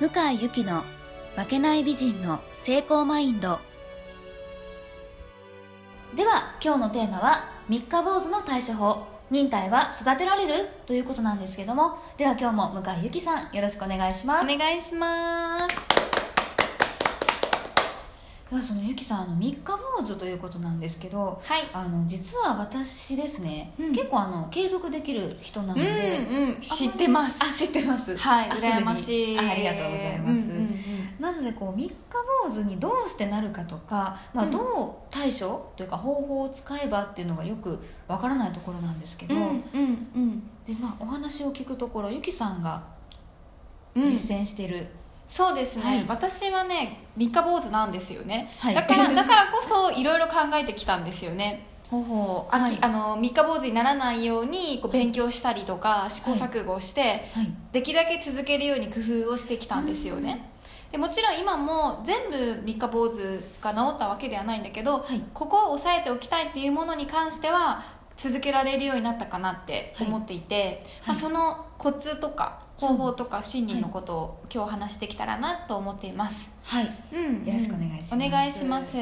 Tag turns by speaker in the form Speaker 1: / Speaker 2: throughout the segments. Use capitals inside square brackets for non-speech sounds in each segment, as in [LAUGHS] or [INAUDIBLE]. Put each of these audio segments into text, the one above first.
Speaker 1: 向井由紀の負けない美人の成功マインドでは今日のテーマは三日坊主の対処法忍耐は育てられるということなんですけどもでは今日も向井由紀さんよろしくお願いします
Speaker 2: お願いします
Speaker 1: ではその由紀さんあの三日坊主ということなんですけど
Speaker 2: はい
Speaker 1: あの実は私ですね、
Speaker 2: うん
Speaker 1: 結構あの継続できる人なの
Speaker 2: うん
Speaker 1: で、
Speaker 2: うん知ってます
Speaker 1: あ知ってます
Speaker 2: はい
Speaker 1: あ
Speaker 2: 羨まし
Speaker 1: す
Speaker 2: い
Speaker 1: でにありがとうございます、
Speaker 2: うんうん
Speaker 1: なのでこう三日坊主にどうしてなるかとか、まあ、
Speaker 2: うん
Speaker 1: どう対処というか方法を使えばっていうのがよくわからないところなんですけど、
Speaker 2: うんうんうん
Speaker 1: でまあ、お話を聞くところゆきさんが
Speaker 2: うん
Speaker 1: 実践してる、
Speaker 2: そうですね、
Speaker 1: はい
Speaker 2: 私はね三日坊主なんですよね、
Speaker 1: はい
Speaker 2: だ [LAUGHS] からだからこそいろいろ考えてきたんですよね
Speaker 1: 方法を
Speaker 2: あき
Speaker 1: はい
Speaker 2: あの三日坊主にならないようにこう勉強したりとか試行錯誤して、
Speaker 1: はい
Speaker 2: できるだけ続けるように工夫をしてきたんですよね、でもちろん今も全部三日坊主が治ったわけではないんだけ
Speaker 1: は
Speaker 2: ど、
Speaker 1: い
Speaker 2: ここを抑えておきたいっていうものに関しては続けられるようになったかなって思っていて、
Speaker 1: はい
Speaker 2: まあ、そのコツとか
Speaker 1: そう
Speaker 2: 方法とか心理のことを今日話してきたらなと思っています、
Speaker 1: はい
Speaker 2: うん
Speaker 1: よろしくお願いします
Speaker 2: お願いします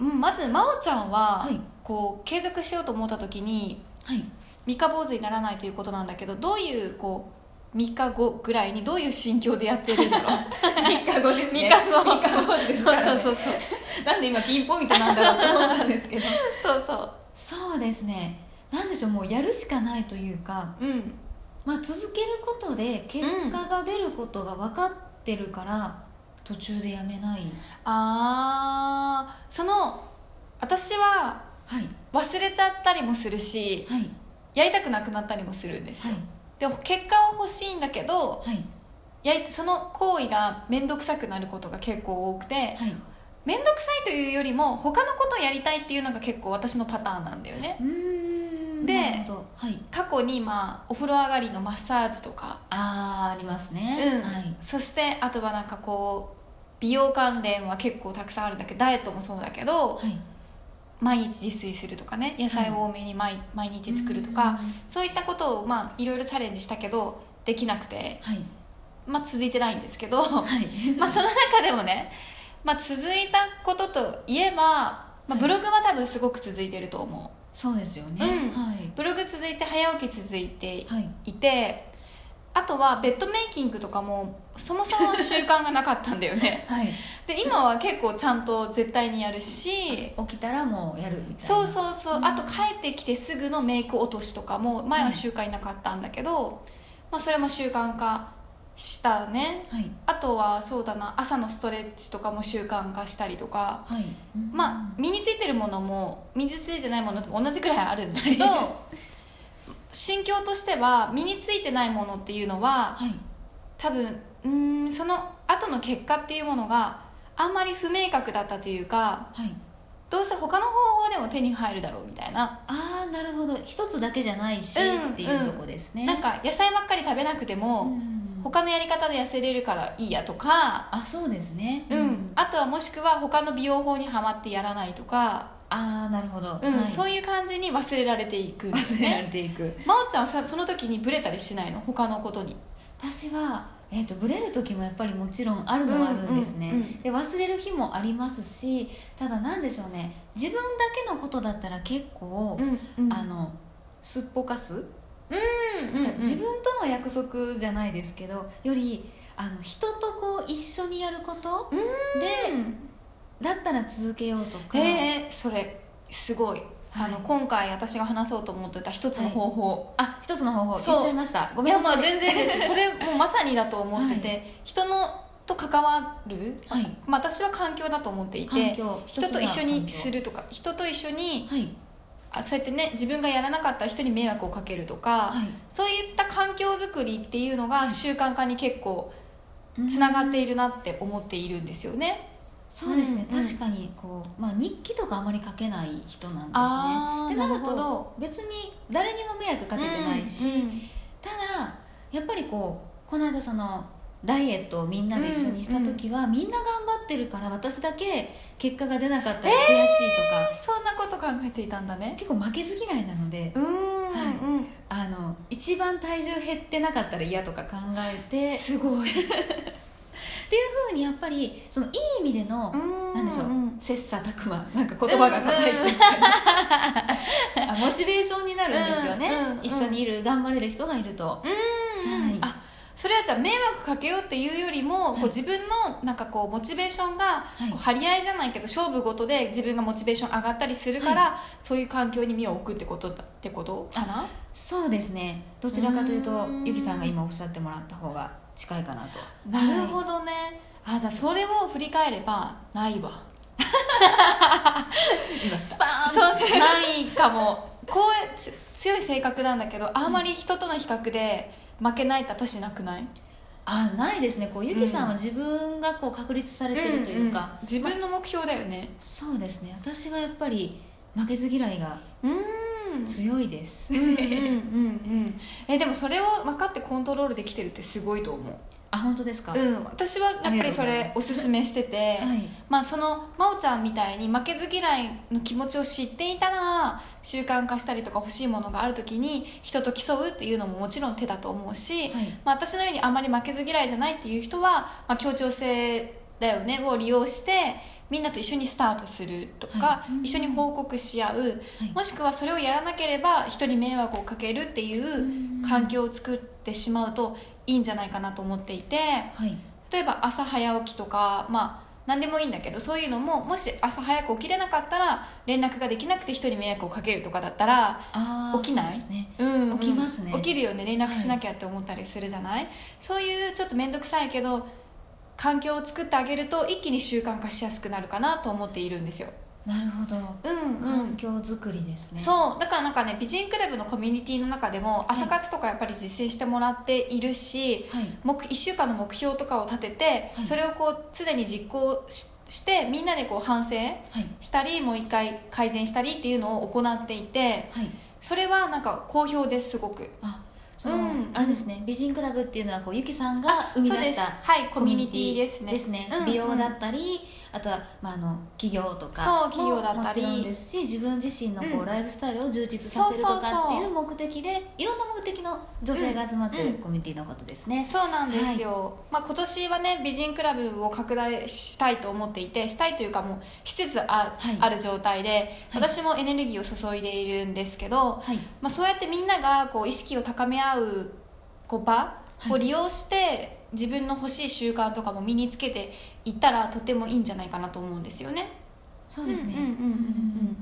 Speaker 2: うん、まず真央ちゃんは、
Speaker 1: はい
Speaker 2: こう継続しようと思った時に [LAUGHS]
Speaker 1: はい
Speaker 2: 三日坊主にならないということなんだけどどういうこう3日後ぐらいにどういう心境でやってるんだろう
Speaker 1: 3日後です
Speaker 2: 三
Speaker 1: ね
Speaker 2: 日後
Speaker 1: 三日後ですか
Speaker 2: そう
Speaker 1: ら、ね、
Speaker 2: そうそうそう
Speaker 1: なんで今ピンポイントなんだろうと思ったんですけど
Speaker 2: そうそ
Speaker 1: そうですねなんでしょうもうやるしかないというか、
Speaker 2: ううん
Speaker 1: まあ、続けることで結果が出ることが分かってるから、途中でやめない
Speaker 2: あーその私は
Speaker 1: はい
Speaker 2: 忘れちゃったりもするし
Speaker 1: はい
Speaker 2: やりたくなくなったりもするんです
Speaker 1: は
Speaker 2: よ、
Speaker 1: い
Speaker 2: で結果は欲しいんだけど
Speaker 1: はい
Speaker 2: やりその行為が面倒くさくなることが結構多くて
Speaker 1: はい
Speaker 2: 面倒くさいというよりも他のことをやりたいっていうのが結構私のパターンなんだよね
Speaker 1: うーん
Speaker 2: で
Speaker 1: なるほどはい
Speaker 2: 過去にまあお風呂上がりのマッサージとか、
Speaker 1: あーありますね
Speaker 2: うん
Speaker 1: はい
Speaker 2: そしてあとはなんかこう美容関連は結構たくさんあるんだけどダイエットもそうだけど
Speaker 1: はい
Speaker 2: 毎日自炊するとかね野菜を多めに毎,、毎日作るとか
Speaker 1: うん
Speaker 2: そういったことをまあいろいろチャレンジしたけどできなくて、
Speaker 1: はい
Speaker 2: まあ、続いてないんですけど [LAUGHS]
Speaker 1: はい [LAUGHS]
Speaker 2: まあその中でもね、まあ、続いたことといえば、まあ、ブログは多分すごく続いてると思う
Speaker 1: そうですよね、
Speaker 2: うん
Speaker 1: はい
Speaker 2: ブログ続いて早起き続いて
Speaker 1: はい
Speaker 2: いてあとはベッドメイキングとかもそもそも習慣がなかったんだよ
Speaker 1: [LAUGHS]
Speaker 2: ね
Speaker 1: はい
Speaker 2: で今は結構ちゃんと絶対にやるし
Speaker 1: 起きたらもうやるみたいな
Speaker 2: そうそうそううんあと帰ってきてすぐのメイク落としとかも前は習慣になかったんだけど、まあ、それも習慣化したね
Speaker 1: はい
Speaker 2: あとはそうだな朝のストレッチとかも習慣化したりとか
Speaker 1: はい
Speaker 2: まあ身についてるものも身についてないものと同じくらいあるんだけ [LAUGHS] ど心境としては身についてないものっていうのは
Speaker 1: はい
Speaker 2: 多分うーんその後の結果っていうものがあんまり不明確だったというか
Speaker 1: はい
Speaker 2: どうせ他の方法でも手に入るだろうみたいな、
Speaker 1: ああなるほど一つだけじゃないし、
Speaker 2: うん
Speaker 1: っていうとこですね
Speaker 2: なんか野菜ばっかり食べなくて
Speaker 1: う
Speaker 2: も、
Speaker 1: ん
Speaker 2: 他のやり方で痩せれるからいいやとか、
Speaker 1: あそうですね
Speaker 2: うんあとはもしくは他の美容法にはまってやらないとか、
Speaker 1: ああなるほど、
Speaker 2: うん
Speaker 1: はい
Speaker 2: そういう感じに忘れられていくんです
Speaker 1: 忘れら
Speaker 2: ね
Speaker 1: れていく
Speaker 2: 真央ちゃんはそその時にブレたりしないの他のことに
Speaker 1: 私は、えー、とブレる時もやっぱりもちろんあるのはあるんですね、
Speaker 2: うんうんうん
Speaker 1: で忘れる日もありますしただ何でしょうね自分だけのことだったら結構、
Speaker 2: ん
Speaker 1: あのすっぽかす、
Speaker 2: うんうんうん
Speaker 1: 自分との約束じゃないですけどよりあの人とこう一緒にやることでだったら続けようとか、
Speaker 2: えー、それすごい、あの
Speaker 1: はい
Speaker 2: 今回私が話そうと思ってた一つの方法、
Speaker 1: あ一つの方法
Speaker 2: そう
Speaker 1: 言っちゃいましたご
Speaker 2: ご
Speaker 1: め
Speaker 2: め
Speaker 1: ん
Speaker 2: ん
Speaker 1: な
Speaker 2: な
Speaker 1: さ
Speaker 2: さ
Speaker 1: い
Speaker 2: い全然ですそれもうまさにだと思ってて、
Speaker 1: は
Speaker 2: 人のと関わる、
Speaker 1: はい
Speaker 2: まあ、私は環境だと思ってい
Speaker 1: 環
Speaker 2: て
Speaker 1: 境
Speaker 2: 人と一緒にす
Speaker 1: る
Speaker 2: るとか人と一緒に
Speaker 1: はい
Speaker 2: あそうやってね自分がやらなかったら人に迷惑をかけるとか、
Speaker 1: はい
Speaker 2: そういった環境づくりっていうのが習慣化に結構
Speaker 1: うん
Speaker 2: つながっているなって思っているんですよね。
Speaker 1: そうですね、
Speaker 2: うんうん
Speaker 1: 確かにこう、まあ、日記とかあまり書けない人なん
Speaker 2: あ
Speaker 1: で
Speaker 2: ー
Speaker 1: すねってなる
Speaker 2: なるほ
Speaker 1: と
Speaker 2: ど
Speaker 1: 別に誰にも迷惑かけてないし、
Speaker 2: うん
Speaker 1: ただやっぱりこうこの間そのダイエットをみんなで一緒にした時は、みんな頑張ってるから私だけ結果が出なかったら悔しいとか、
Speaker 2: そんなこと考えていたんだね。
Speaker 1: 結構負けず嫌いなので、
Speaker 2: うーん、
Speaker 1: はい
Speaker 2: うん
Speaker 1: あの一番体重減ってなかったら嫌とか考えてっていう
Speaker 2: すごい
Speaker 1: ふうにやっぱりそのいい意味での、なんでしょう、
Speaker 2: ん
Speaker 1: 切磋琢磨なんか言葉が硬いですけど、あモチベーションになるんですよね、
Speaker 2: うんうんうん
Speaker 1: 一緒にいる頑張れる人がいると、はい
Speaker 2: あそれはじゃあ迷惑かけようっていうよりも、
Speaker 1: はい
Speaker 2: こう自分のなんかこうモチベーションが、
Speaker 1: い
Speaker 2: こう張り合いじゃないけど勝負事で自分がモチベーション上がったりするから、そういう環境に身を置くってことだってことかな
Speaker 1: そうですねどちらかというと
Speaker 2: うん
Speaker 1: ゆきさんが今おっしゃってもらった方が近いかなと
Speaker 2: なるほどね、あじゃあそれを振り返ればないわ
Speaker 1: 今スパーン
Speaker 2: そうないかもこうつ強い性格なんだけどあんまり人との比較で負けないって私なくない
Speaker 1: あないですねこうゆきさんは自分がこう確立されてるというか、
Speaker 2: うんうん自分の目標だよね
Speaker 1: そうですね私がやっぱり負けず嫌いが
Speaker 2: うん
Speaker 1: 強いです、
Speaker 2: うんうんうんえでもそれを分かってコントロールできてるってすごいと思う
Speaker 1: あ本当ですか、
Speaker 2: うん、私はやっぱりそ
Speaker 1: あり
Speaker 2: れ
Speaker 1: がとう
Speaker 2: お
Speaker 1: ご
Speaker 2: すすめしてて、
Speaker 1: はい
Speaker 2: まあその真央ちゃんみたいに負けず嫌いの気持ちを知っていたら習慣化したりとか欲しいものがある時に人と競うっていうのももちろん手だと思うし、
Speaker 1: はい
Speaker 2: まあ、私のようにあまり負けず嫌いじゃないっていう人は、まあ、協調性だよねを利用してみんなと一緒にスタートするとか、
Speaker 1: はいうん
Speaker 2: 一緒に報告し合う、
Speaker 1: はい
Speaker 2: もしくはそれをやらなければ人に迷惑をかけるっていう環境を作ってしまうといいんじゃないかなと思っていて
Speaker 1: はい
Speaker 2: 例えば朝早起きとかまあ何でもいいんだけどそういうのももし朝早く起きれなかったら連絡ができなくて人に迷惑をかけるとかだったら
Speaker 1: あー
Speaker 2: 起きない
Speaker 1: そうですね
Speaker 2: うんうん
Speaker 1: 起きますね
Speaker 2: 起きるよね連絡しなきゃって思ったりするじゃない、そういうちょっと面倒くさいけど環境を作ってあげると一気に習慣化しやすくなるかなと思っているんですよ
Speaker 1: なるほど
Speaker 2: うん
Speaker 1: 環境づくりですね、
Speaker 2: そうだからなんかね美人クラブのコミュニティの中でも朝活とかやっぱり実践してもらっているし、
Speaker 1: はい
Speaker 2: 目1週間の目標とかを立てて、
Speaker 1: はい
Speaker 2: それをこう常に実行ししてみんなでこう反省
Speaker 1: はい
Speaker 2: したりもう一回改善したりっていうのを行っていて
Speaker 1: はい
Speaker 2: それはなんか好評ですすごく
Speaker 1: あその、
Speaker 2: うん
Speaker 1: あれですね美人クラブっていうのはこうゆきさんが生み出し
Speaker 2: そう
Speaker 1: た
Speaker 2: ですはいコミュニティですね
Speaker 1: ですね、
Speaker 2: うんうん
Speaker 1: 美容だったりあとは、まあ、あの企業とか
Speaker 2: そう
Speaker 1: も
Speaker 2: 企業だったり
Speaker 1: もちろんですし自分自身のこう、
Speaker 2: うん
Speaker 1: ライフスタイルを充実させると
Speaker 2: そうそう
Speaker 1: かっ
Speaker 2: そう
Speaker 1: ていう目的でいろんな目的の女性が集まって
Speaker 2: うん
Speaker 1: る
Speaker 2: うん
Speaker 1: コミュニティのことですね、
Speaker 2: そうなんですよ、まあ、今年はね美人クラブを拡大したいと思っていてしたいというかもうしつつあ,、
Speaker 1: はい
Speaker 2: ある状態で
Speaker 1: はい
Speaker 2: 私もエネルギーを注いでいるんですけど、
Speaker 1: はい
Speaker 2: まあ、そうやってみんながこう意識を高め合うこう場
Speaker 1: い
Speaker 2: を利用して自分の欲しい習慣とかも身につけていったらとてもいいんじゃないかなと思うんですよね。
Speaker 1: そうですね
Speaker 2: うんうんうん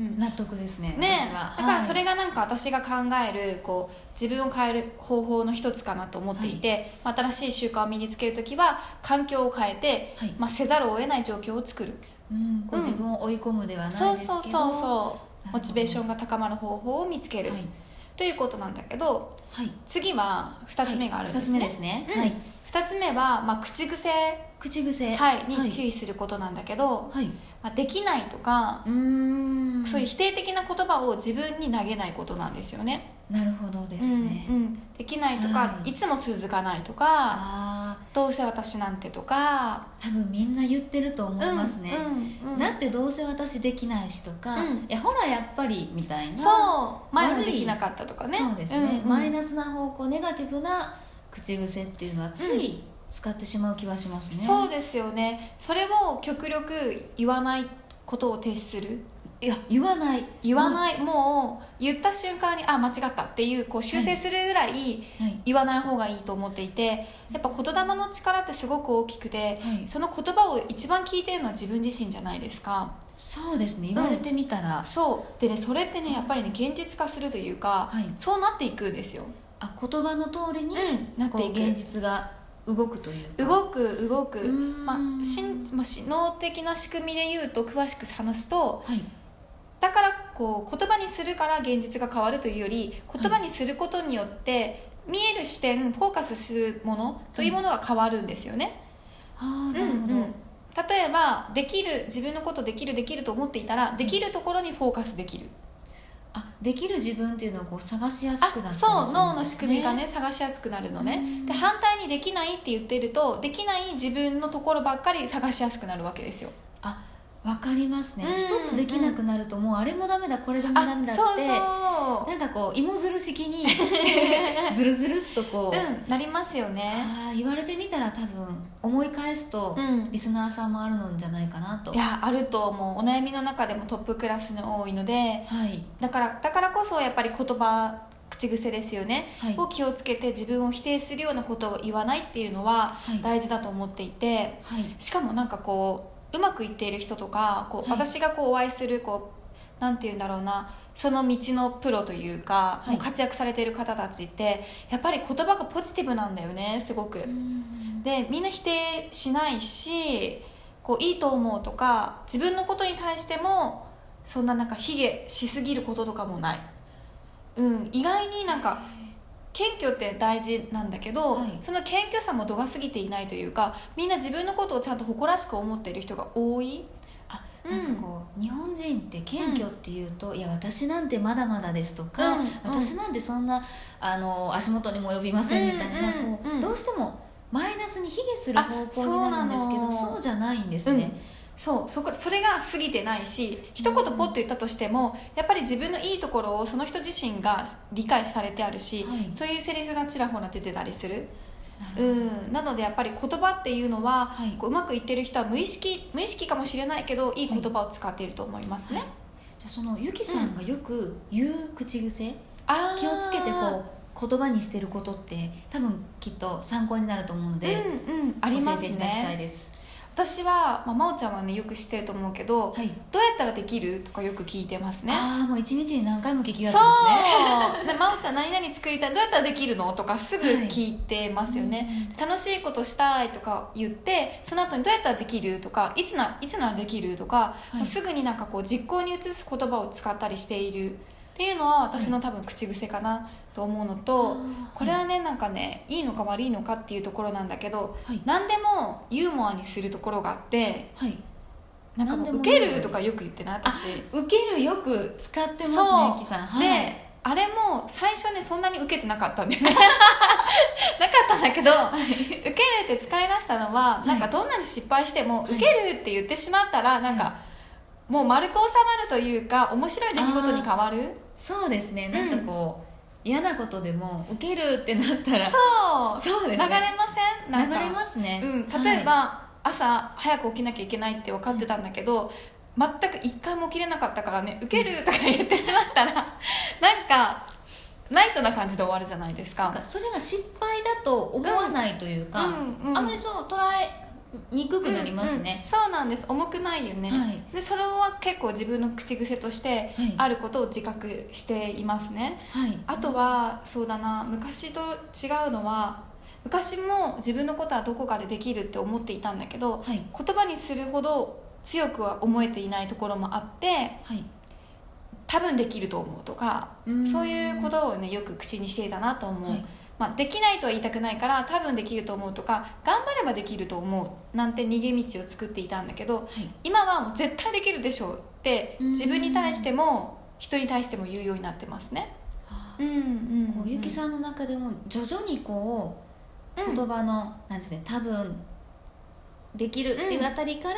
Speaker 2: うんうん
Speaker 1: 納得ですね
Speaker 2: ね
Speaker 1: 私は
Speaker 2: だから
Speaker 1: はい
Speaker 2: それがなんか私が考えるこう自分を変える方法の一つかなと思っていて、まあ新しい習慣を身につける時は環境を変えて、
Speaker 1: はい
Speaker 2: まあ、せざるを得ない状況を作る
Speaker 1: うんこう
Speaker 2: うん
Speaker 1: 自分を追い込むではないですけ
Speaker 2: そ
Speaker 1: ど、
Speaker 2: うそうそうそ
Speaker 1: なるほど
Speaker 2: うモチベーションが高まる方法を見つける、
Speaker 1: はい
Speaker 2: ということなんだけど
Speaker 1: はい
Speaker 2: 次は2つ目があるんですね、
Speaker 1: はい二つ目ですね、
Speaker 2: うん
Speaker 1: はい
Speaker 2: 2つ目は、まあ、口癖、
Speaker 1: 口癖
Speaker 2: はい、
Speaker 1: は
Speaker 2: に
Speaker 1: い
Speaker 2: 注意することなんだけど、
Speaker 1: はい
Speaker 2: まあ、できないとか、
Speaker 1: うーん
Speaker 2: そういう否定的な言葉を自分に投げないことなんですよね
Speaker 1: なるほどですね、
Speaker 2: うんうんできないとか、
Speaker 1: はい
Speaker 2: い、つも続かないとか
Speaker 1: ああ
Speaker 2: どうせ私なんてとか
Speaker 1: 多分みんな言ってると思いますね、
Speaker 2: うんうん
Speaker 1: だってどうせ私できないしとか、
Speaker 2: うん
Speaker 1: いやほらやっぱりみたいな
Speaker 2: そう前も
Speaker 1: 悪い
Speaker 2: できなかったとかね
Speaker 1: そうですね、
Speaker 2: うん
Speaker 1: マイナスな方向ネガティブな口癖っていうのはつい使ってしまう気はしますね、
Speaker 2: そうですよねそれを極力言わないことを徹する
Speaker 1: いや言わない
Speaker 2: 言わ
Speaker 1: い、
Speaker 2: ない、もう言った瞬間にあ間違ったっていうこう修正するぐらい
Speaker 1: はい
Speaker 2: 言わない方がいいと思っていてやっぱ言霊の力ってすごく大きくて
Speaker 1: はい、
Speaker 2: その言葉を一番聞いてるのは自分自身じゃないですか
Speaker 1: そうですね言われてみたら、
Speaker 2: そうでねそれってねやっぱりね現実化するというか、
Speaker 1: はい
Speaker 2: そうなっていくんですよ、
Speaker 1: あ言葉の通りに、
Speaker 2: うん、なっ
Speaker 1: こ
Speaker 2: て
Speaker 1: う
Speaker 2: い
Speaker 1: 現
Speaker 2: く
Speaker 1: 実が動くというか
Speaker 2: 動く動く
Speaker 1: うーん
Speaker 2: まあしんまあ、し能的な仕組みで言うと詳しく話すと
Speaker 1: はい
Speaker 2: だからこう言葉にするから現実が変わるというより
Speaker 1: い
Speaker 2: 言葉にすることによって見える視点フォーカスするものというものが変わるんですよね、
Speaker 1: ああなるほど、
Speaker 2: うんうん例えばできる自分のことできるできると思っていたらできるところにフォーカスできる
Speaker 1: あできる自分っていうのをこう探しやすくなって
Speaker 2: あそう脳の仕組みがね探しやすくなるの
Speaker 1: う
Speaker 2: ね
Speaker 1: ん
Speaker 2: で反対にできないって言ってるとできない自分のところばっかり探しやすくなるわけですよ
Speaker 1: わかりますね
Speaker 2: うん
Speaker 1: 一、つできなくなるともうあれもダメだこれでもダ
Speaker 2: あ
Speaker 1: メだって
Speaker 2: そうそう
Speaker 1: なんかこう芋づる式
Speaker 2: [LAUGHS]
Speaker 1: にずるずるっとこう、
Speaker 2: うんなりますよね
Speaker 1: あー言われてみたら多分思い返すと、
Speaker 2: うん
Speaker 1: リスナーさんもあるのじゃないかなと
Speaker 2: いやあると思うお悩みの中でもトップクラスに多いので
Speaker 1: はい
Speaker 2: だからだからこそやっぱり言葉口癖ですよね、
Speaker 1: はい
Speaker 2: を気をつけて自分を否定するようなことを言わないっていうのは
Speaker 1: はい
Speaker 2: 大事だと思っていて、
Speaker 1: はい
Speaker 2: しかもなんかこううまくいっている人とかこう、
Speaker 1: はい
Speaker 2: 私がこうお会いするこうなんて言うんだろうなその道のプロというか、
Speaker 1: はい
Speaker 2: もう活躍されている方たちってやっぱり言葉がポジティブなんだよねすごく。
Speaker 1: うん
Speaker 2: でみんな否定しないしこういいと思うとか自分のことに対してもそんななんか卑下しすぎることとかもない、うん、意外になんか謙虚って大事なんだけど、
Speaker 1: はい
Speaker 2: その謙虚さも度が過ぎていないというかみんな自分のことをちゃんと誇らしく思っている人が多い
Speaker 1: あ
Speaker 2: うん
Speaker 1: なんかこう、日本人って謙虚っていうと、いや私なんてまだまだですとか、
Speaker 2: うんうん
Speaker 1: 私なんてそんなあの足元にも及びませんみたいな、
Speaker 2: うんうん
Speaker 1: こう
Speaker 2: うん
Speaker 1: どうしてもマイナスに卑下する方向になるんですけ
Speaker 2: あそうな
Speaker 1: ど
Speaker 2: の
Speaker 1: そうじゃないんですね、
Speaker 2: そうそこそれが過ぎてないし一言ポッと言ったとしても、やっぱり自分のいいところをその人自身が理解されてあるし、
Speaker 1: はい
Speaker 2: そういうセリフがちらほら出てたりする
Speaker 1: なるほど
Speaker 2: うん、なのでやっぱり言葉っていうのは、
Speaker 1: はい
Speaker 2: こううまくいってる人は無意識無意識かもしれないけどいい言葉を使っていると思いますね、
Speaker 1: はいじゃあそのゆきさんがよく言う口癖、
Speaker 2: あー
Speaker 1: 気をつけてこう言葉にしてることって多分きっと参考になると思うので、
Speaker 2: うんうんあり
Speaker 1: 教
Speaker 2: ま
Speaker 1: え
Speaker 2: す
Speaker 1: ていただきたい
Speaker 2: ね
Speaker 1: です
Speaker 2: 私は、まあ、真央ちゃんはねよく知ってると思うけど、
Speaker 1: はい、
Speaker 2: どうやったらできるとかよく聞いてますね
Speaker 1: ああもう一日に何回も聞きがちです
Speaker 2: そ
Speaker 1: ね
Speaker 2: [LAUGHS] う、ね、真央ちゃん何々作りたいどうやったらできるのとかすぐ聞いてますよね、楽しいことしたいとか言ってその後にどうやったらできるとかいつないつならできるとか、
Speaker 1: い
Speaker 2: もうすぐになんかこう実行に移す言葉を使ったりしているっていうのは私の多分口癖かなと思うのと、
Speaker 1: あー
Speaker 2: これはねなんかねいいのか悪いのかっていうところなんだけど、
Speaker 1: はい
Speaker 2: 何でもユーモアにするところがあって
Speaker 1: はい
Speaker 2: なんかもう
Speaker 1: 何
Speaker 2: ウ
Speaker 1: でも
Speaker 2: ケ
Speaker 1: ユーモア
Speaker 2: るとかよく言ってない私。
Speaker 1: 受けるよく使ってますね
Speaker 2: そう
Speaker 1: ゆきさん、
Speaker 2: であれも最初ねそんなに受けてなかったんだよね [LAUGHS] なかったんだけど、受けるって使い出したのは、
Speaker 1: はい
Speaker 2: なんかどんなに失敗しても、
Speaker 1: はい
Speaker 2: 受けるって言ってしまったらなんか、
Speaker 1: は
Speaker 2: もう丸く収まるというか面白い出来事に変わる
Speaker 1: そうですねなんかこう、嫌なことでも受けるってなったら
Speaker 2: そう
Speaker 1: そうです
Speaker 2: 流れ
Speaker 1: ね
Speaker 2: ませんなん
Speaker 1: 流
Speaker 2: か
Speaker 1: れますね、
Speaker 2: うん、例えば、朝早く起きなきゃいけないって分かってたんだけど、全く一回も起きれなかったからね受けるとか言ってしまったらなんかライトな感じで終わるじゃないですか
Speaker 1: なんかそれが失敗だと思わないというか、
Speaker 2: うんうん
Speaker 1: あまりそう捉えにくくなります
Speaker 2: うんうん
Speaker 1: ね、
Speaker 2: そうなんです重くないよね、
Speaker 1: はい
Speaker 2: でそれは結構自分の口癖として
Speaker 1: はい
Speaker 2: あることを自覚していますね、
Speaker 1: はい
Speaker 2: あとはそうだな昔と違うのは昔も自分のことはどこかでできるって思っていたんだけど
Speaker 1: はい
Speaker 2: 言葉にするほど強くは思えていないところもあって
Speaker 1: はい
Speaker 2: 多分できると思うとか
Speaker 1: うん
Speaker 2: そういうことをねよく口にしていたなと思う、
Speaker 1: はい
Speaker 2: まあ、できないとは言いたくないから多分できると思うとか頑張ればできると思うなんて逃げ道を作っていたんだけど
Speaker 1: はい
Speaker 2: 今はもう絶対できるでしょうって
Speaker 1: うん
Speaker 2: 自分に対しても人に対しても言うようになってますね。
Speaker 1: はあ
Speaker 2: うんうん
Speaker 1: こうゆきさんの中でも徐々にこう、
Speaker 2: うん
Speaker 1: 言葉のなんですね多分できるっていうあたりから、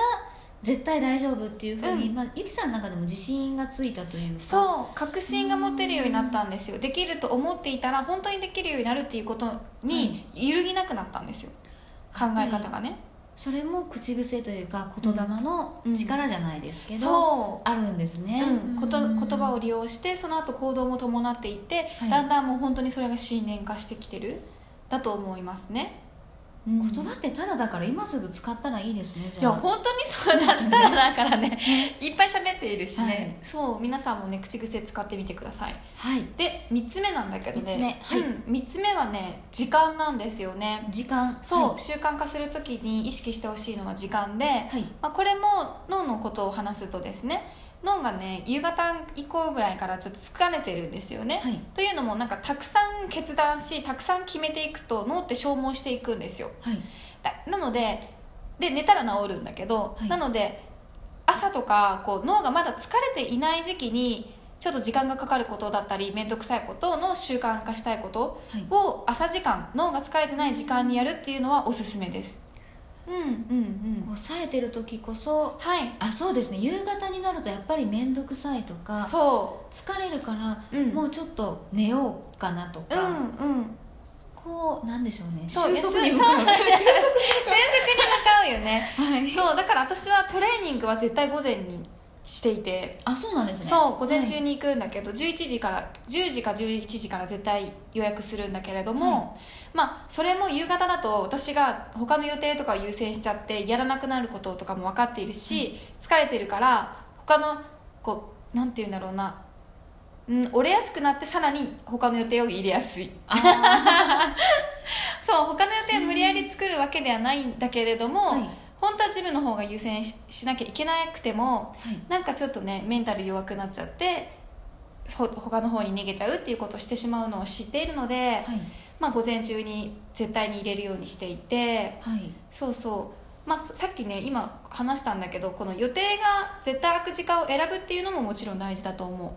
Speaker 1: 絶対大丈夫っていうふうに、
Speaker 2: うん
Speaker 1: まあ、ゆきさんの中でも自信がついたというか
Speaker 2: そう確信が持てるようになったんですよできると思っていたら本当にできるようになるっていうことに揺るぎなくなったんですよ考え方がね、
Speaker 1: それも口癖というか言霊の力じゃないですけど、
Speaker 2: そ
Speaker 1: あるんです
Speaker 2: う、
Speaker 1: ね、
Speaker 2: うん、こと言葉を
Speaker 1: を
Speaker 2: 利用してその後行動も伴っていって、
Speaker 1: はい
Speaker 2: だんだんもう本当にそれが信念化してきてるだと思いますね、うん
Speaker 1: 言葉ってただだから今すぐ使ったらいいですねじ
Speaker 2: い
Speaker 1: ゃ
Speaker 2: や
Speaker 1: あ
Speaker 2: 本当にそうだったらだからねいっぱい喋っているしね、
Speaker 1: はい
Speaker 2: そう皆さんもね口癖使ってみてください
Speaker 1: はい
Speaker 2: で3つ目なんだけどね
Speaker 1: 三つ目はい
Speaker 2: うん、3つ目はね時間なんですよね
Speaker 1: 時間
Speaker 2: そう、
Speaker 1: は
Speaker 2: 習慣化する時に意識してほしいのは時間で、
Speaker 1: い、はい
Speaker 2: まあ、これも脳のことを話すとですね脳がね夕方以降ぐらいからちょっと疲れてるんですよね、
Speaker 1: はい
Speaker 2: というのもなんかたくさん決断したくさん決めていくと脳って消耗していくんですよ
Speaker 1: はい
Speaker 2: だなのでで寝たら治るんだけど、
Speaker 1: はい
Speaker 2: なので朝とかこう脳がまだ疲れていない時期にちょっと時間がかかることだったり面倒くさいことの習慣化したいこと
Speaker 1: はい
Speaker 2: を朝時間脳が疲れてない時間にやるっていうのはおすすめですうんうん
Speaker 1: こう冴えてる時こそ
Speaker 2: はい
Speaker 1: あそうですね夕方になるとやっぱり面倒くさいとか
Speaker 2: そ
Speaker 1: 疲れるから、
Speaker 2: う、うん、
Speaker 1: もうちょっと寝ようかなと
Speaker 2: う
Speaker 1: か、
Speaker 2: んうん
Speaker 1: こうなんでしょうね
Speaker 2: そう
Speaker 1: 収束に
Speaker 2: そう
Speaker 1: 向かう
Speaker 2: 収束に向かうよね
Speaker 1: [LAUGHS]
Speaker 2: [LAUGHS]
Speaker 1: はい
Speaker 2: そうだから私はトレーニングは絶対午前にしていて
Speaker 1: あそうなんですね
Speaker 2: そう午前中
Speaker 1: はい
Speaker 2: に行くんだけど、11時から10時か11時から絶対予約するんだけれども、まあそれも夕方だと私が他の予定とかを優先しちゃってやらなくなることとかも分かっているし、疲れてるから他のこうなんて言うんだろうなうん、折れやすくなってさらに他の予定を入れやすい
Speaker 1: あ
Speaker 2: そう他の予定を無理やり作るわけではないんだけれども、
Speaker 1: ーはいは
Speaker 2: 本当は自分の方が優先ししなきゃいけなくても
Speaker 1: い
Speaker 2: なんかちょっとねメンタル弱くなっちゃってほ他の方に逃げちゃうっていうことをしてしまうのを知っているので、
Speaker 1: はい
Speaker 2: まあ、午前中に絶対に入れるようにしていて
Speaker 1: はい
Speaker 2: そうそう、まあ、さっきね今話したんだけどこの予定が絶対空く時間を選ぶっていうのももちろん大事だと思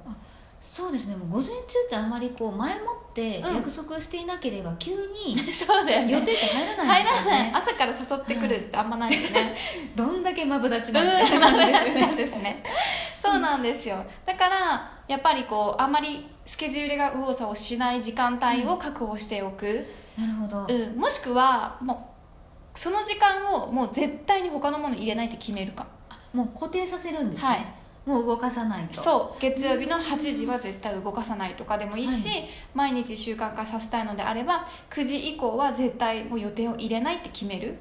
Speaker 1: そうですねもう午前中ってあまりこう前もって
Speaker 2: うん
Speaker 1: 約束していなければ急に
Speaker 2: うそうだ
Speaker 1: 予定って入らない
Speaker 2: [LAUGHS] 入
Speaker 1: んです
Speaker 2: ら
Speaker 1: よね
Speaker 2: ない朝から誘ってくるってあんまないよね
Speaker 1: どんだけマブダチ
Speaker 2: う
Speaker 1: なんだ
Speaker 2: んなんです [LAUGHS] ねですねそうなんですよだからやっぱりこうあんまりスケジュールが右往左往しない時間帯を確保しておく、
Speaker 1: なるほど、
Speaker 2: うんもしくはもうその時間をもう絶対に他のもの入れないって決めるか、
Speaker 1: もう固定させるんですね、
Speaker 2: はい
Speaker 1: もう動かさないと
Speaker 2: そう月曜日の8時は絶対動かさないとかでもいいし、
Speaker 1: は
Speaker 2: 毎日習慣化させたいのであれば9時以降は絶対もう予定を入れないって決める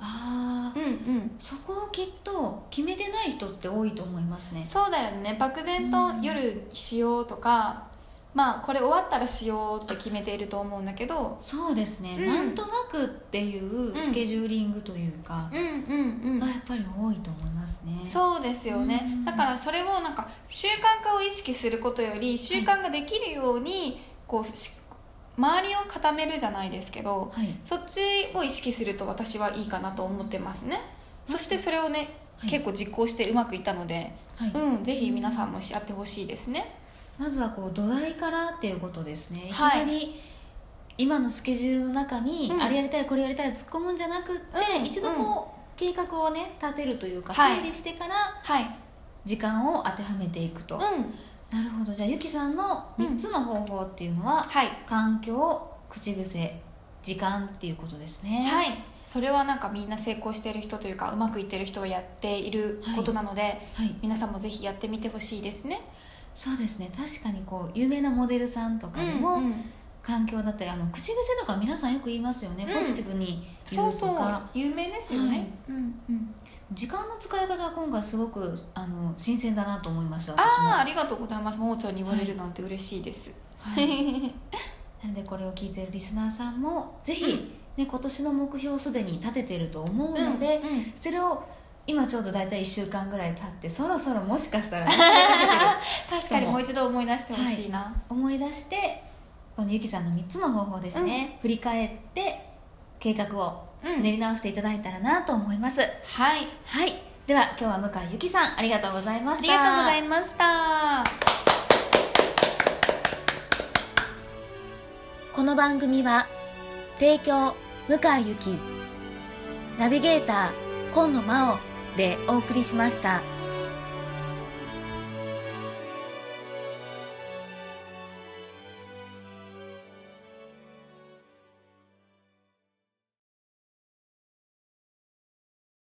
Speaker 1: ああ
Speaker 2: うんうん
Speaker 1: そこをきっと決めてない人って多いと思いますね
Speaker 2: そうだよね漠然と夜しようとか、まあこれ終わったらしようって決めていると思うんだけど
Speaker 1: そうですね、
Speaker 2: うん
Speaker 1: なんとなくっていうスケジューリングというか
Speaker 2: う、んうん
Speaker 1: がやっぱり多いと思いますね
Speaker 2: そうですよね、
Speaker 1: うん
Speaker 2: だからそれをなんか習慣化を意識することより習慣ができるようにこうし周りを固めるじゃないですけど
Speaker 1: はい
Speaker 2: そっちを意識すると私はいいかなと思ってますねそしてそれをね、
Speaker 1: はい
Speaker 2: 結構実行してうまくいったので、
Speaker 1: はい、
Speaker 2: うん、ぜひ皆さんもやってほしいですね
Speaker 1: まずはこう土台からっていうことですねいき
Speaker 2: はい
Speaker 1: なり今のスケジュールの中に、
Speaker 2: うん
Speaker 1: あれやりたいこれやりたい突っ込むんじゃなくって、
Speaker 2: うん
Speaker 1: 一度こう計画をね立てるというか、
Speaker 2: はい
Speaker 1: 整理してから
Speaker 2: はい
Speaker 1: 時間を当てはめていくと、
Speaker 2: うん
Speaker 1: なるほどじゃあゆきさんの
Speaker 2: うん
Speaker 1: 3つの方法っていうのは、
Speaker 2: はい
Speaker 1: 環境口癖時間っていうことですね
Speaker 2: はい、それはなんかみんな成功してる人というかうまくいってる人はやっていることなので、
Speaker 1: はい
Speaker 2: 皆さんもぜひやってみてほしいですね。
Speaker 1: そうですね確かにこう有名なモデルさんとかでも、
Speaker 2: うんうん
Speaker 1: 環境だったりあの口癖とか皆さんよく言いますよね、
Speaker 2: うん
Speaker 1: ポジティブに言
Speaker 2: そう
Speaker 1: うとか
Speaker 2: そう有名ですよね。
Speaker 1: はい
Speaker 2: うんうん、
Speaker 1: 時間の使い方は今回すごくあの新鮮だなと思いました
Speaker 2: あ
Speaker 1: 私も、
Speaker 2: あありがとうございます。盲腸に言われるなんて嬉しいです。
Speaker 1: はい
Speaker 2: [LAUGHS]
Speaker 1: なのでこれを聞いてるリスナーさんもぜひ、
Speaker 2: う
Speaker 1: ね、今年の目標をすでに立ててると思うので、
Speaker 2: うんうん
Speaker 1: それを今ちょうど大体1週間ぐらい経ってそろそろもしか
Speaker 2: [LAUGHS]
Speaker 1: したら忘れかけてる
Speaker 2: 確かにもう一度思い出してほしいな。
Speaker 1: 思い出してこのゆきさんの3つの方法ですね、振り返って計画を
Speaker 2: うん
Speaker 1: 練り直していただいたらなと思います、
Speaker 2: はい、
Speaker 1: はいでは今日は向井ゆきさんありがとうございま
Speaker 2: あ
Speaker 1: し
Speaker 2: り
Speaker 1: た
Speaker 2: がとうございました。
Speaker 1: この番組は提供向井由紀ナビゲーター今野真央でお送りしました。